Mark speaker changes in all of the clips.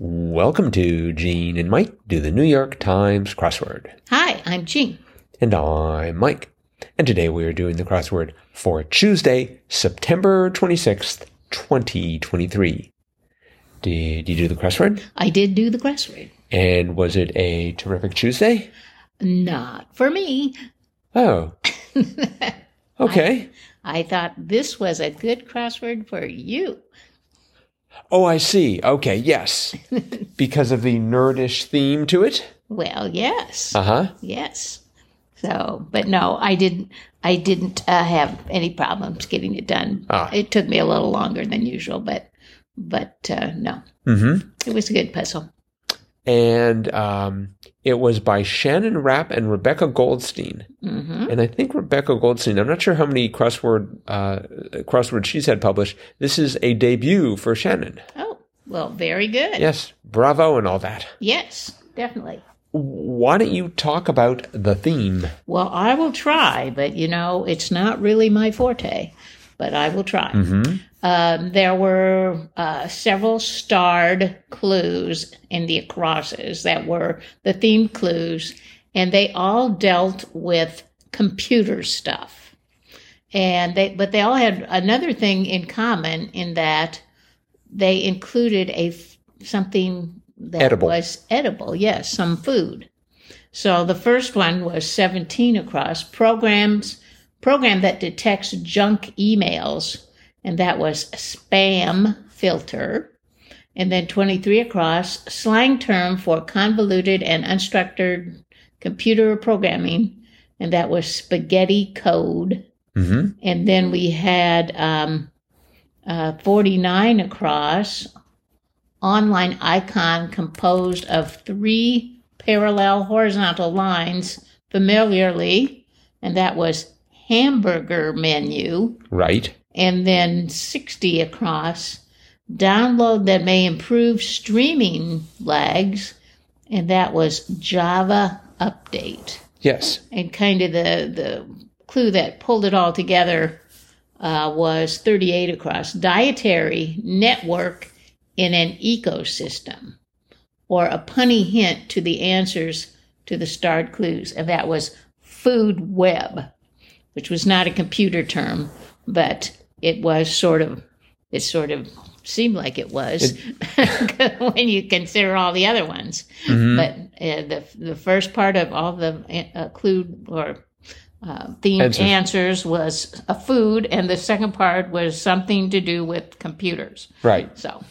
Speaker 1: Welcome to Gene and Mike do the New York Times crossword.
Speaker 2: Hi, I'm Jean.
Speaker 1: And I'm Mike. And today we are doing the crossword for Tuesday, September 26th, 2023. Did you do the crossword?
Speaker 2: I did do the crossword.
Speaker 1: And was it a terrific Tuesday?
Speaker 2: Not for me.
Speaker 1: Oh. okay.
Speaker 2: I thought this was a good crossword for you.
Speaker 1: Oh, I see. Okay, yes. because of the nerdish theme to it?
Speaker 2: Well, yes.
Speaker 1: Uh huh.
Speaker 2: Yes. So, but no, I didn't. I didn't uh, have any problems getting it done.
Speaker 1: Ah.
Speaker 2: It took me a little longer than usual, but but uh, no,
Speaker 1: Mm hmm.
Speaker 2: it was a good puzzle.
Speaker 1: And um, it was by Shannon Rapp and Rebecca Goldstein.
Speaker 2: hmm
Speaker 1: And I think Rebecca Goldstein, I'm not sure how many crossword uh, crosswords she's had published. This is a debut for Shannon.
Speaker 2: Oh, well, very good.
Speaker 1: Yes, bravo and all that.
Speaker 2: Yes, definitely.
Speaker 1: Why don't you talk about the theme?
Speaker 2: Well, I will try, but you know, it's not really my forte, but I will try. Um, there were uh, several starred clues in the crosses that were the theme clues, and they all dealt with computer stuff. And they, but they all had another thing in common in that they included a f- something that
Speaker 1: Edible.
Speaker 2: was edible. Yes, some food. So the first one was 17 across programs program that detects junk emails and that was spam filter. And then 23 across slang term for convoluted and unstructured computer programming and that was spaghetti code.
Speaker 1: hmm
Speaker 2: And then we had um, uh, 49 across, online icon composed of three parallel horizontal lines familiarly, and that was hamburger menu.
Speaker 1: Right.
Speaker 2: And then 60 across, download that may improve streaming lags, and that was Java update
Speaker 1: Yes.
Speaker 2: and kind of the the clue that pulled it all together uh, was 38 across dietary network in an ecosystem or a punny hint to the answers to the starred clues and that was food web which was not a computer term but it was sort of it sort of seemed like it was when you consider all the other ones but uh, the the first part of all the uh, clue or uh, themed
Speaker 1: Answers.
Speaker 2: answers. was a food, and the second part was something to do with computers.
Speaker 1: Right.
Speaker 2: So,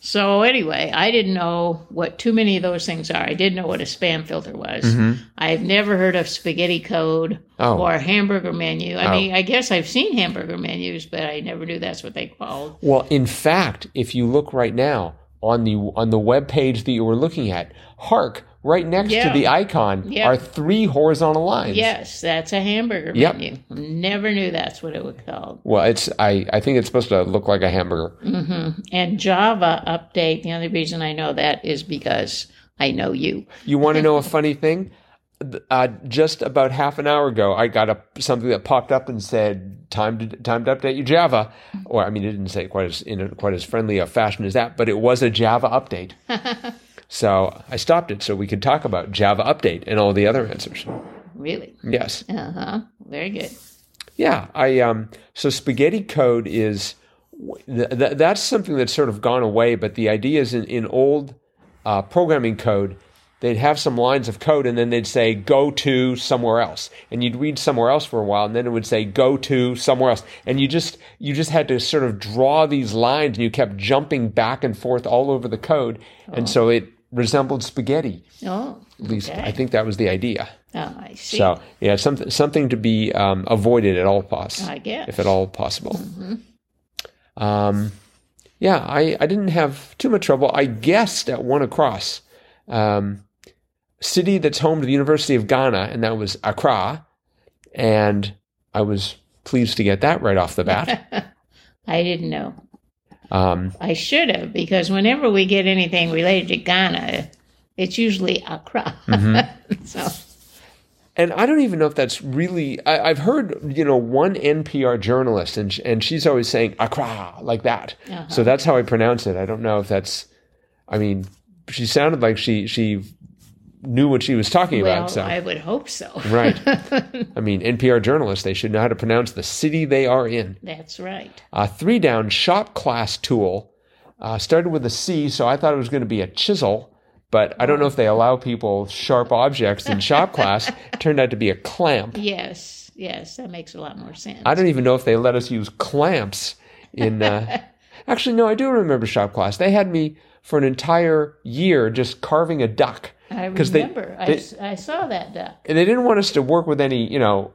Speaker 2: so anyway, I didn't know what too many of those things are. I did know what a spam filter was. I've never heard of spaghetti code
Speaker 1: Mm-hmm. Oh.
Speaker 2: or hamburger menu. I
Speaker 1: Oh.
Speaker 2: mean, I guess I've seen hamburger menus, but I never knew that's what they called.
Speaker 1: Well, in fact, if you look right now on the on the web page that you were looking at, hark, right next
Speaker 2: Yeah.
Speaker 1: to the icon
Speaker 2: Yeah.
Speaker 1: are three horizontal lines.
Speaker 2: Yes, that's a hamburger
Speaker 1: Yep.
Speaker 2: menu. Never knew that's what it was called.
Speaker 1: Well, it's I, I think it's supposed to look like a hamburger.
Speaker 2: And Java update, the only reason I know that is because I know you.
Speaker 1: You want to know a funny thing? Th- Uh, just about half an hour ago, I got a, something that popped up and said, "Time to time to update your Java." Or I mean, it didn't say it quite as in a, quite as friendly a fashion as that, but it was a Java update. so I stopped it so we could talk about Java update and all the other answers.
Speaker 2: Really?
Speaker 1: Yes,
Speaker 2: Uh huh. Very good.
Speaker 1: yeah. I um. So spaghetti code is th- th- that's something that's sort of gone away, but the idea is in in old uh, programming code, they'd have some lines of code and then they'd say, go to somewhere else. And you'd read somewhere else for a while and then it would say, go to somewhere else. And you just, you just had to sort of draw these lines and you kept jumping back and forth all over the code. And so it resembled spaghetti.
Speaker 2: Oh,
Speaker 1: At least
Speaker 2: okay.
Speaker 1: I think that was the idea.
Speaker 2: Oh, I see.
Speaker 1: So yeah, something, something to be um, avoided at all costs
Speaker 2: I guess.
Speaker 1: if at all possible. Um, yeah, I, I didn't have too much trouble. I guessed at one across. Um, city that's home to the University of Ghana, and that was Accra. And I was pleased to get that right off the bat.
Speaker 2: I didn't know.
Speaker 1: Um,
Speaker 2: I should have because whenever we get anything related to Ghana, it's usually Accra.
Speaker 1: Mm-hmm.
Speaker 2: so,
Speaker 1: and I don't even know if that's really. I, I've heard, you know, one NPR journalist, and, sh-
Speaker 2: Uh-huh.
Speaker 1: and she's always saying Accra like that. So that's how I pronounce it. I don't know if that's I mean, she sounded like she she knew what she was talking
Speaker 2: well,
Speaker 1: about. So
Speaker 2: I would hope so.
Speaker 1: right. I mean, NPR journalists they should know how to pronounce the city they are in.
Speaker 2: That's right.
Speaker 1: A three down shop class tool uh, started with a C, so I thought it was going to be a chisel. But I don't know if they allow people sharp objects in shop class. It turned out to be a clamp.
Speaker 2: Yes, yes, that makes a lot more sense.
Speaker 1: I don't even know if they let us use clamps in. Uh, actually, no, I do remember shop class. They had me for an entire year just carving a duck.
Speaker 2: I
Speaker 1: 'cause they-
Speaker 2: remember. I
Speaker 1: they-
Speaker 2: s- I, saw that duck.
Speaker 1: And they didn't want us to work with any, you know,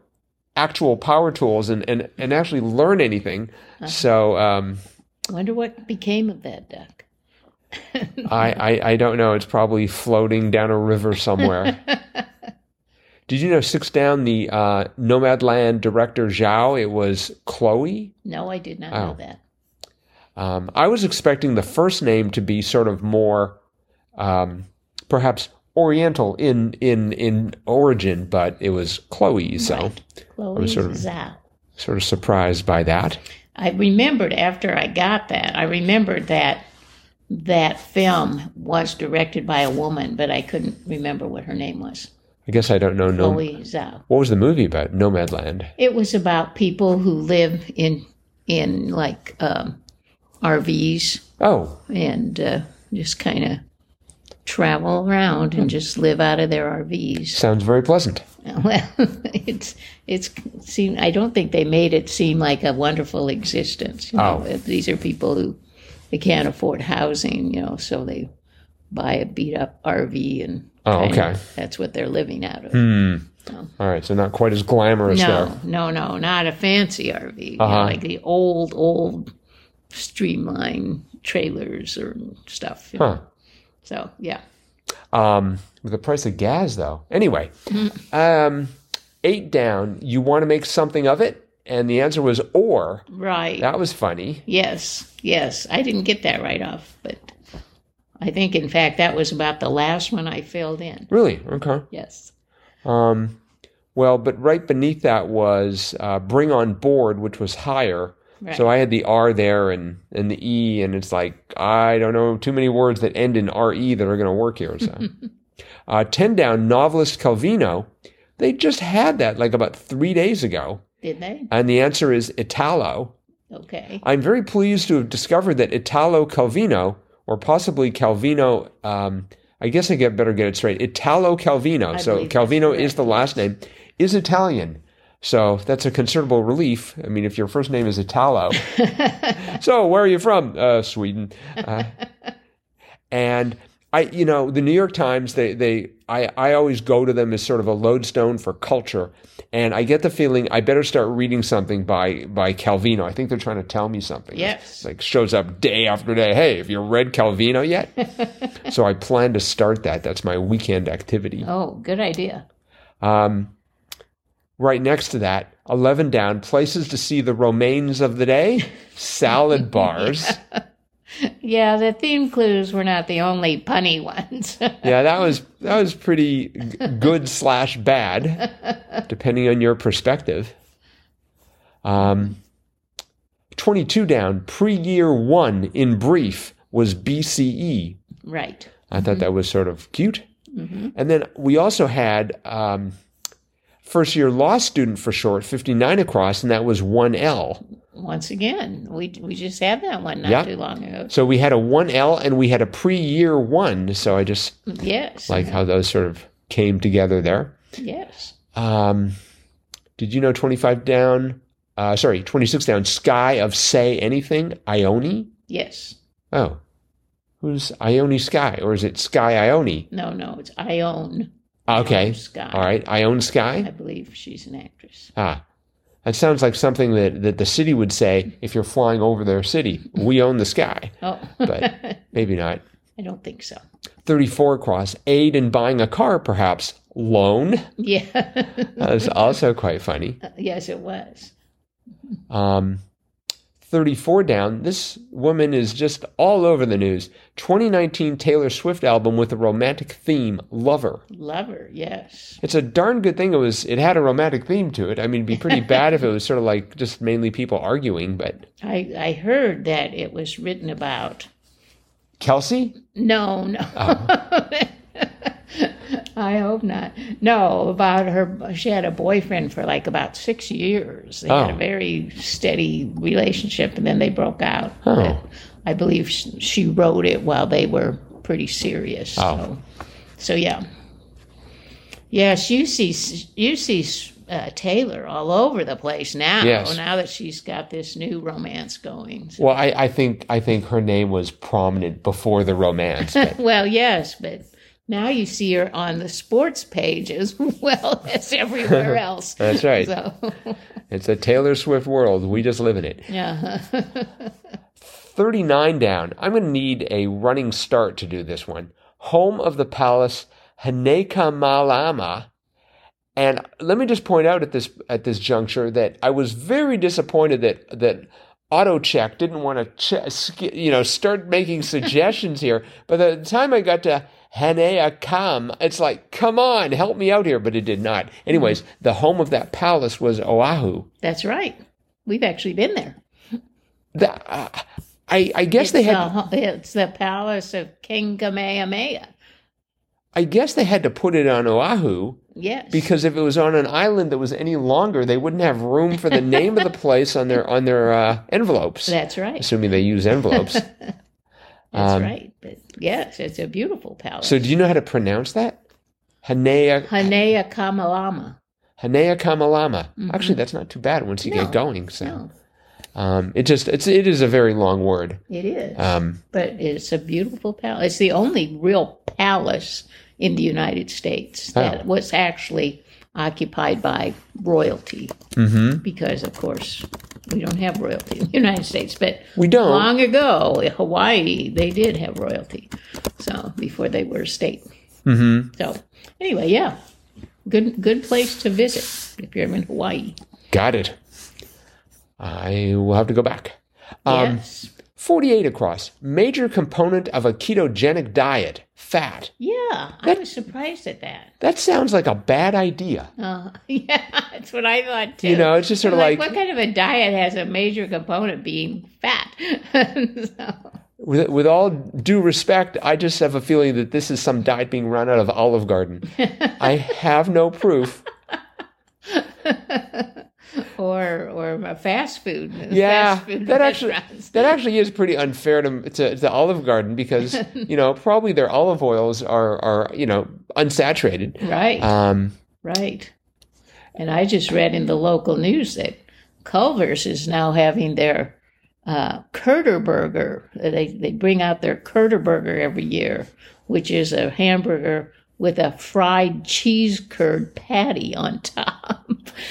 Speaker 1: actual power tools and, and, and actually learn anything. So um,
Speaker 2: Wonder what became of that duck.
Speaker 1: I, I, I don't know. It's probably floating down a river somewhere. Did you know Six Down, the uh, Nomadland director Zhao, it was Chloe?
Speaker 2: No, I did not
Speaker 1: Oh.
Speaker 2: know that.
Speaker 1: Um, I was expecting the first name to be sort of more, um, perhaps Oriental in in in origin, but it was Chloe, so
Speaker 2: Right. Chloe
Speaker 1: was sort of-
Speaker 2: Zhao.
Speaker 1: sort of surprised by that.
Speaker 2: I remembered after I got that. I remembered that that film was directed by a woman, but I couldn't remember what her name was.
Speaker 1: I guess I don't know. No,
Speaker 2: Chloe Zhao.
Speaker 1: what was the movie about? Nomadland.
Speaker 2: It was about people who live in in like um, RVs
Speaker 1: Oh,
Speaker 2: and uh, just kind of travel around and just live out of their RVs.
Speaker 1: sounds very pleasant.
Speaker 2: Well, it's it's seen. I don't think they made it seem like a wonderful existence. You know,
Speaker 1: Oh.
Speaker 2: If these are people who they can't afford housing, you know, so they buy a beat up RV and
Speaker 1: Oh,
Speaker 2: kind of-
Speaker 1: okay.
Speaker 2: that's what they're living out of.
Speaker 1: All right, so not quite as glamorous there.
Speaker 2: No, no, no, not a fancy RV. you know,
Speaker 1: Uh-huh.
Speaker 2: like the old, old streamlined trailers or stuff. you know.
Speaker 1: Huh.
Speaker 2: So yeah,
Speaker 1: Um, with the price of gas, though. Anyway,
Speaker 2: Mm-hmm.
Speaker 1: um, eight down. You want to make something of it, and the answer was or.
Speaker 2: right.
Speaker 1: That was funny.
Speaker 2: Yes, yes. I didn't get that right off, but I think, in fact, that was about the last one I filled in.
Speaker 1: Really? Okay.
Speaker 2: Yes.
Speaker 1: Um, well, but right beneath that was uh, bring on board, which was higher. So I had the R there and, and the E, and it's like, I don't know too many words that end in RE that are going to work here. So. uh, 10 down, novelist Calvino, they just had that like about three days ago.
Speaker 2: Did they?
Speaker 1: And the answer is Italo.
Speaker 2: Okay.
Speaker 1: I'm very pleased to have discovered that Italo Calvino, or possibly Calvino, um, I guess I get better get it straight. Italo Calvino.
Speaker 2: I
Speaker 1: so
Speaker 2: believe that's
Speaker 1: Calvino is
Speaker 2: correct,
Speaker 1: the last name, is Italian. So that's a considerable relief. I mean, if your first name is Italo. so where are you from? Uh, Sweden. Uh, and I, you know, the New York Times, they, they, I, I always go to them as sort of a lodestone for culture, and I get the feeling I better start reading something by by Calvino. I think they're trying to tell me something.
Speaker 2: Yes.
Speaker 1: It's like shows up day after day. Hey, have you read Calvino yet? so I plan to start that. That's my weekend activity.
Speaker 2: Oh, good idea.
Speaker 1: Um, right next to that, eleven down places to see the remains of the day, salad bars.
Speaker 2: Yeah, the theme clues were not the only punny ones.
Speaker 1: yeah, that was that was pretty g- good slash bad, depending on your perspective. Um, twenty-two down pre-year one in brief was BCE.
Speaker 2: right.
Speaker 1: I thought that was sort of cute. And then we also had um, first-year law student for short, fifty-nine across, and that was one L.
Speaker 2: Once again, we we just had that one not
Speaker 1: Yeah.
Speaker 2: too long ago.
Speaker 1: So we had a one L, and we had a pre-year one. So I just
Speaker 2: Yes.
Speaker 1: like how those sort of came together there.
Speaker 2: yes.
Speaker 1: Um, did you know 25 down? Uh, sorry, 26 down. Sky of Say Anything, Ione?
Speaker 2: Yes.
Speaker 1: Oh, who's Ione Sky? Or is it Sky Ione?
Speaker 2: No, no, it's I own
Speaker 1: Okay.
Speaker 2: Sky.
Speaker 1: All right. Ione
Speaker 2: I
Speaker 1: Sky?
Speaker 2: believe she's an actress.
Speaker 1: Ah, that sounds like something that, that the city would say if you're flying over their city. We own the sky,
Speaker 2: Oh,
Speaker 1: but maybe not.
Speaker 2: I don't think so.
Speaker 1: 34 across, aid in buying a car, perhaps. Loan?
Speaker 2: Yeah.
Speaker 1: That was also quite funny.
Speaker 2: yes, it was.
Speaker 1: Um, 34 down, this woman is just all over the news. 2019 Taylor Swift album with a romantic theme, Lover.
Speaker 2: Lover, yes.
Speaker 1: It's a darn good thing it was it had a romantic theme to it. I mean, it'd be pretty bad if it was sort of like just mainly people arguing, but
Speaker 2: I, I heard that it was written about
Speaker 1: Kelsey?
Speaker 2: No, no.
Speaker 1: Uh-huh.
Speaker 2: I hope not. No, about her. She had a boyfriend for like about six years. They had
Speaker 1: Oh.
Speaker 2: a very steady relationship, and then they broke out.
Speaker 1: Oh.
Speaker 2: But I believe sh- she wrote it while they were pretty serious.
Speaker 1: Oh.
Speaker 2: So, so yeah. Yes, you see, you see uh, Taylor all over the place now.
Speaker 1: Yes.
Speaker 2: Now that she's got this new romance going.
Speaker 1: Well, I, I think I think her name was prominent before the romance. but-
Speaker 2: Well, yes, but now you see her on the sports page as well as everywhere else.
Speaker 1: That's right.
Speaker 2: So,
Speaker 1: It's a Taylor Swift world. We just live in it.
Speaker 2: yeah.
Speaker 1: 39 down. I'm going to need a running start to do this one. Home of the palace, Haneka Malama. And let me just point out at this at this juncture that I was very disappointed that that AutoCheck didn't want to ch- sk- you know start making suggestions here. By the time I got to Hanea Kam, it's like, come on, help me out here, but it did not. Anyways, the home of that palace was Oahu.
Speaker 2: That's right. We've actually been there.
Speaker 1: That, uh, I I guess they
Speaker 2: it's, uh,
Speaker 1: had
Speaker 2: the, it's the palace of King Kamehameha.
Speaker 1: I guess they had to put it on Oahu
Speaker 2: Yes.
Speaker 1: because if it was on an island that was any longer, they wouldn't have room for the name of the place on their on their uh, envelopes.
Speaker 2: that's right.
Speaker 1: Assuming they use envelopes.
Speaker 2: That's
Speaker 1: um,
Speaker 2: right. But yes, it's a beautiful palace.
Speaker 1: so, do you know how to pronounce that? Hanea
Speaker 2: Hanea Kamalama.
Speaker 1: Hanea Kamalama. Actually, that's not too bad once you
Speaker 2: Mm-hmm. No,
Speaker 1: get going. So,
Speaker 2: No,
Speaker 1: um, it just it's it is a very long word.
Speaker 2: it is.
Speaker 1: Um,
Speaker 2: but it's a beautiful palace. It's the only real palace in the United States that
Speaker 1: Oh.
Speaker 2: was actually occupied by royalty. Mm-hmm. Because, of course, we don't have royalty in the United States. But
Speaker 1: we don't.
Speaker 2: long ago, in Hawaii, they did have royalty. So before they were a state. Mm-hmm. So anyway, yeah, good good place to visit if you're in Hawaii.
Speaker 1: Got it. I will have to go back. Um,
Speaker 2: yes.
Speaker 1: 48 across. Major component of a ketogenic diet, fat.
Speaker 2: Yeah, I was surprised at that.
Speaker 1: That sounds like a bad idea.
Speaker 2: Uh, yeah, that's what I thought too.
Speaker 1: You know, it's just sort of
Speaker 2: like,
Speaker 1: like,
Speaker 2: what kind of a diet has a major component being fat? So,
Speaker 1: with, with all due respect, I just have a feeling that this is some diet being run out of Olive Garden. I have no proof.
Speaker 2: or or a fast food. a
Speaker 1: Yeah,
Speaker 2: fast food
Speaker 1: that actually
Speaker 2: restaurants.
Speaker 1: that actually is pretty unfair to, to to Olive Garden because you know probably their olive oils are are you know unsaturated.
Speaker 2: Right,
Speaker 1: Um,
Speaker 2: right. And I just read in the local news that Culver's is now having their uh, Kurter burger. They they bring out their Kurter burger every year, which is a hamburger with a fried cheese curd patty on top.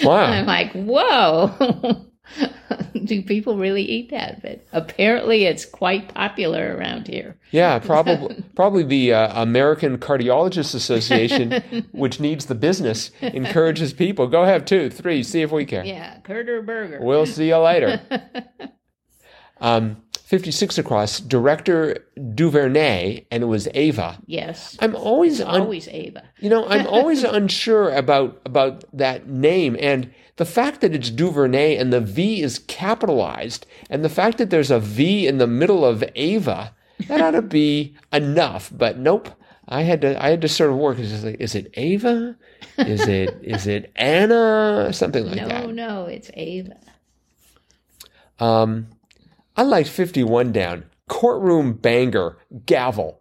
Speaker 2: I'm
Speaker 1: wow,
Speaker 2: like, whoa. Do people really eat that? But apparently, it's quite popular around here.
Speaker 1: yeah, probably probably the uh, American Cardiologists Association, which needs the business, encourages people go have two, three, see if we care.
Speaker 2: Yeah, Kurter Burger.
Speaker 1: We'll see you later. um, 56 across, director Duvernay, and it was Ava.
Speaker 2: yes,
Speaker 1: I'm always un-
Speaker 2: always Ava.
Speaker 1: you know, I'm always unsure about about that name and the fact that it's Duvernay and the V is capitalized and the fact that there's a V in the middle of Ava, that ought to be enough, but nope. I had to I had to sort of work. It's just like, is it Ava? Is it is it Anna? Something like
Speaker 2: No,
Speaker 1: that.
Speaker 2: no, it's Ava.
Speaker 1: Um, I liked 51 down. Courtroom banger, gavel.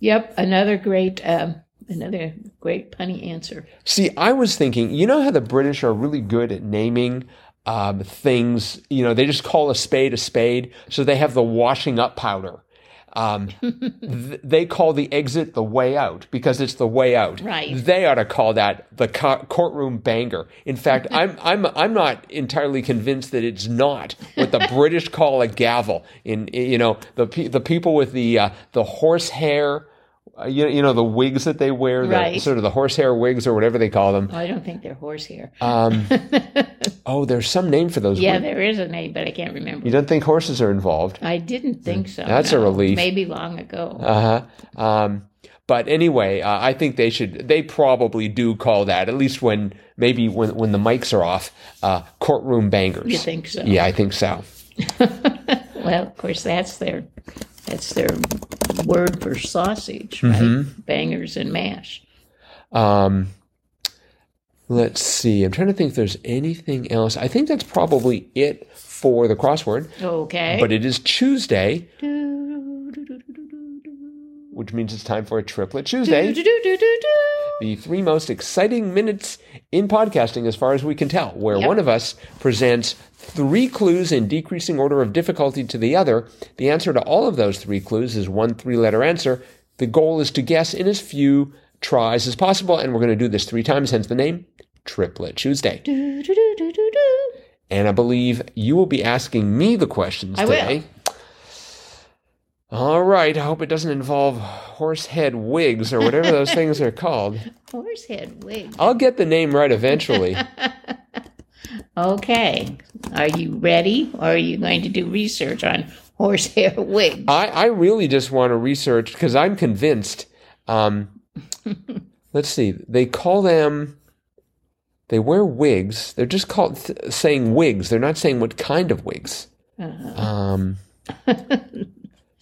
Speaker 2: Yep, another great, um, another great punny answer.
Speaker 1: See, I was thinking, you know how the British are really good at naming um, things, you know, they just call a spade a spade, so they have the washing up powder. Um, th- they call the exit the way out because it's the way out.
Speaker 2: Right.
Speaker 1: They ought to call that the co- courtroom banger. In fact, I'm I'm I'm not entirely convinced that it's not what the British call a gavel. In you know the pe- the people with the uh, the horse hair, uh, you, you know the wigs that they wear, the
Speaker 2: Right.
Speaker 1: sort of the horsehair wigs or whatever they call them.
Speaker 2: Oh, I don't think they're horsehair.
Speaker 1: Um, oh, there's some name for those.
Speaker 2: yeah,
Speaker 1: wigs.
Speaker 2: there is a name, but I can't remember.
Speaker 1: You don't think horses are involved?
Speaker 2: I didn't think so.
Speaker 1: That's a
Speaker 2: no.
Speaker 1: relief.
Speaker 2: Maybe long ago.
Speaker 1: Uh huh. Um, but anyway, uh, I think they should. They probably do call that at least when maybe when when the mics are off. Uh, courtroom bangers.
Speaker 2: you think so?
Speaker 1: Yeah, I think so.
Speaker 2: Well, of course, that's their that's their word for sausage, right?
Speaker 1: Mm-hmm.
Speaker 2: Bangers and mash.
Speaker 1: Um, let's see. I'm trying to think if there's anything else. I think that's probably it for the crossword.
Speaker 2: Okay.
Speaker 1: But it is Tuesday,
Speaker 2: Do-do-do-do-do-do.
Speaker 1: which means it's time for a triplet Tuesday.
Speaker 2: Do-do-do-do-do.
Speaker 1: The three most exciting minutes in podcasting, as far as we can tell, where
Speaker 2: Yep.
Speaker 1: one of us presents three clues in decreasing order of difficulty to the other. The answer to all of those three clues is one three letter answer. The goal is to guess in as few tries as possible, and we're going to do this three times, hence the name Triplet Tuesday.
Speaker 2: Do-do-do-do-do-do.
Speaker 1: And I believe you will be asking me the questions
Speaker 2: I will.
Speaker 1: today. All right. I hope it doesn't involve horse head wigs or whatever those things are called.
Speaker 2: Horse head wig.
Speaker 1: I'll get the name right eventually.
Speaker 2: Okay. Are you ready or are you going to do research on horsehair wigs?
Speaker 1: I, I really just want to research because I'm convinced. Um, let's see. They call them. They wear wigs. They're just called th- saying wigs. They're not saying what kind of wigs.
Speaker 2: Uh-huh.
Speaker 1: Um,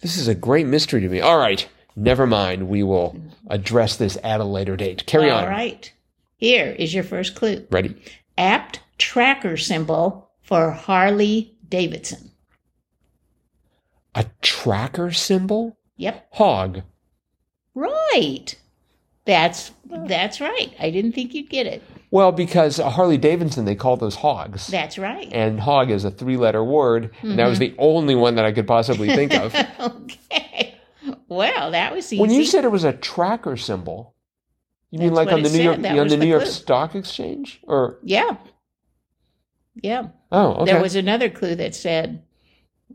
Speaker 1: this is a great mystery to me. All right, never mind. We will address this at a later date. Carry
Speaker 2: All
Speaker 1: on.
Speaker 2: right. Here is your first clue.
Speaker 1: Ready?
Speaker 2: Apt tracker symbol for Harley Davidson.
Speaker 1: A tracker symbol?
Speaker 2: Yep.
Speaker 1: Hog.
Speaker 2: Right. That's that's right. I didn't think you'd get it.
Speaker 1: Well, because Harley Davidson, they call those hogs.
Speaker 2: That's right.
Speaker 1: and hog is a three letter word. And that was
Speaker 2: Mm-hmm.
Speaker 1: the only one that I could possibly think of.
Speaker 2: okay. Well, that was easy.
Speaker 1: when you said it was a tracker symbol, you mean
Speaker 2: That's
Speaker 1: like
Speaker 2: what
Speaker 1: on the
Speaker 2: it
Speaker 1: New
Speaker 2: said.
Speaker 1: York
Speaker 2: That
Speaker 1: on
Speaker 2: was
Speaker 1: the
Speaker 2: the
Speaker 1: New York
Speaker 2: clue.
Speaker 1: Stock Exchange? Or
Speaker 2: yeah. Yeah.
Speaker 1: oh, okay.
Speaker 2: There was another clue that said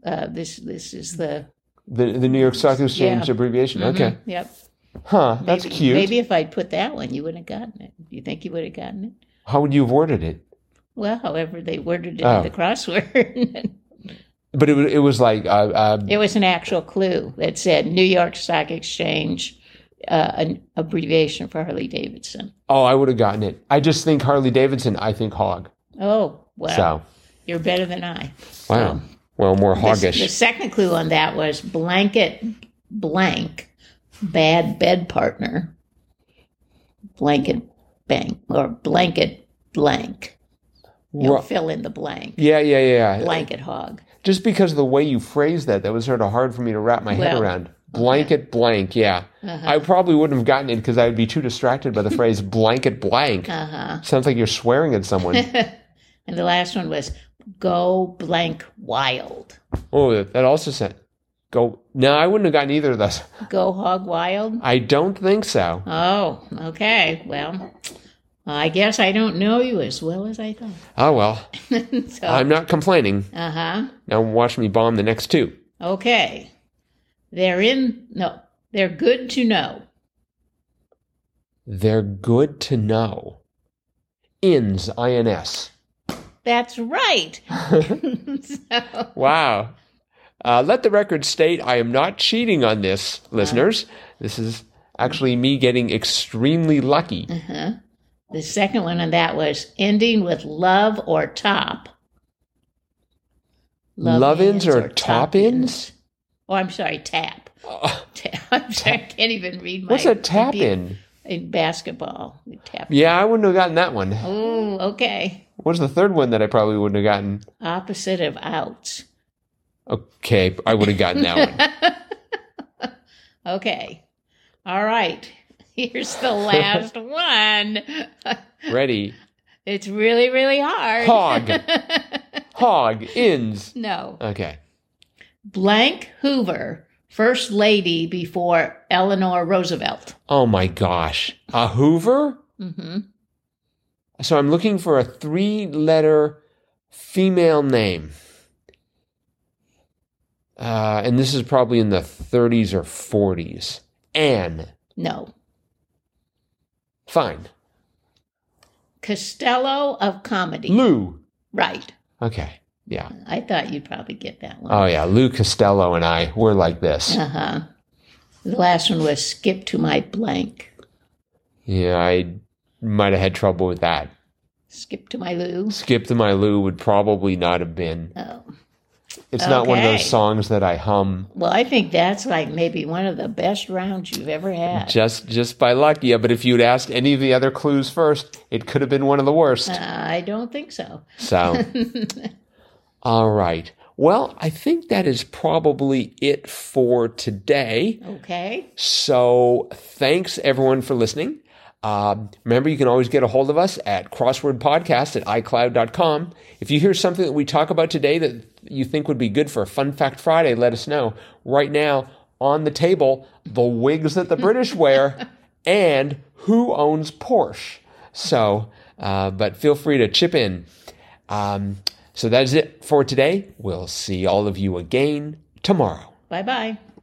Speaker 2: uh, this this is the
Speaker 1: the the New York Stock Exchange
Speaker 2: Yeah.
Speaker 1: abbreviation. Mm-hmm. Okay.
Speaker 2: Yep.
Speaker 1: Huh, that's
Speaker 2: maybe,
Speaker 1: cute.
Speaker 2: Maybe if I'd put that one, you wouldn't have gotten it. Do you think you would have gotten it?
Speaker 1: How would you have worded it?
Speaker 2: Well, however they worded it
Speaker 1: Oh.
Speaker 2: in the crossword,
Speaker 1: But it, wa- it was like uh, uh,
Speaker 2: it was an actual clue that said New York Stock Exchange, uh, an abbreviation for Harley Davidson.
Speaker 1: oh, I would have gotten it. I just think Harley Davidson. I think hog.
Speaker 2: Oh, well,
Speaker 1: So
Speaker 2: you're better than I.
Speaker 1: wow. well, more
Speaker 2: The-
Speaker 1: hoggish.
Speaker 2: The second clue on that was blanket blank, bad bed partner, blanket bang, or blanket blank. You'll
Speaker 1: Ru-
Speaker 2: fill in the blank,
Speaker 1: yeah, yeah, yeah.
Speaker 2: blanket hog.
Speaker 1: Just because of the way you phrased that, that was sort of hard for me to wrap my head
Speaker 2: Well,
Speaker 1: around. Blanket blank, yeah. I probably wouldn't have gotten it because I would be too distracted by the phrase blanket blank.
Speaker 2: Uh huh.
Speaker 1: Sounds like you're swearing at someone.
Speaker 2: And the last one was go blank wild.
Speaker 1: oh, that that also said go. No, I wouldn't have gotten either of those.
Speaker 2: Go hog wild?
Speaker 1: I don't think so.
Speaker 2: Oh, okay. Well, I guess I don't know you as well as I thought.
Speaker 1: Oh, well.
Speaker 2: so,
Speaker 1: I'm not complaining.
Speaker 2: uh huh.
Speaker 1: Now watch me bomb the next two.
Speaker 2: Okay. They're in, no, they're good to know.
Speaker 1: They're good to know. INS, INS.
Speaker 2: That's right. so,
Speaker 1: Wow. Uh, let the record state I am not cheating on this, listeners. This is actually me getting extremely lucky.
Speaker 2: the second one on that was ending with love or top.
Speaker 1: Love ins or top ins?
Speaker 2: Oh, I'm sorry, tap. Ta- I'm sorry, I can't even read my.
Speaker 1: Oh. What's a tap
Speaker 2: computer.
Speaker 1: in?
Speaker 2: In basketball, we tap.
Speaker 1: Yeah, I wouldn't have gotten that one.
Speaker 2: Oh, okay.
Speaker 1: What's the third one that I probably wouldn't have gotten?
Speaker 2: Opposite of outs.
Speaker 1: Okay, I would have gotten that one.
Speaker 2: Okay. All right. Here's the last one.
Speaker 1: Ready?
Speaker 2: It's really, really hard.
Speaker 1: Hog. Hog, ins.
Speaker 2: No.
Speaker 1: Okay.
Speaker 2: Blank Hoover, first lady before Eleanor Roosevelt.
Speaker 1: Oh my gosh. A Hoover?
Speaker 2: hmm
Speaker 1: So I'm looking for a three letter female name. Uh, and this is probably in the 30s or 40s. Anne.
Speaker 2: No.
Speaker 1: Fine.
Speaker 2: Costello of comedy.
Speaker 1: Lou.
Speaker 2: Right.
Speaker 1: Okay. Yeah.
Speaker 2: I thought you'd probably get that one.
Speaker 1: Oh, yeah. Lou Costello and I were like this.
Speaker 2: Uh huh. The last one was skip to my blank.
Speaker 1: Yeah, I might have had trouble with that.
Speaker 2: Skip to my loo.
Speaker 1: Skip to my Lou would probably not have been.
Speaker 2: Oh.
Speaker 1: It's not one of
Speaker 2: Okay.
Speaker 1: those songs that I hum
Speaker 2: Well, I think that's like maybe one of the best rounds you've ever had.
Speaker 1: just just by luck. Yeah, but if you'd asked any of the other clues first, it could have been one of the worst.
Speaker 2: Uh, I don't think so.
Speaker 1: So, all right. Well, I think that is probably it for today.
Speaker 2: Okay.
Speaker 1: So, thanks everyone for listening. Um, remember, you can always get a hold of us at crosswordpodcast at iCloud.com. If you hear something that we talk about today that you think would be good for a Fun Fact Friday, let us know. Right now, on the table, the wigs that the British wear and who owns Porsche. So, uh, but feel free to chip in. Um, so, that is it for today. We'll see all of you again tomorrow.
Speaker 2: Bye bye.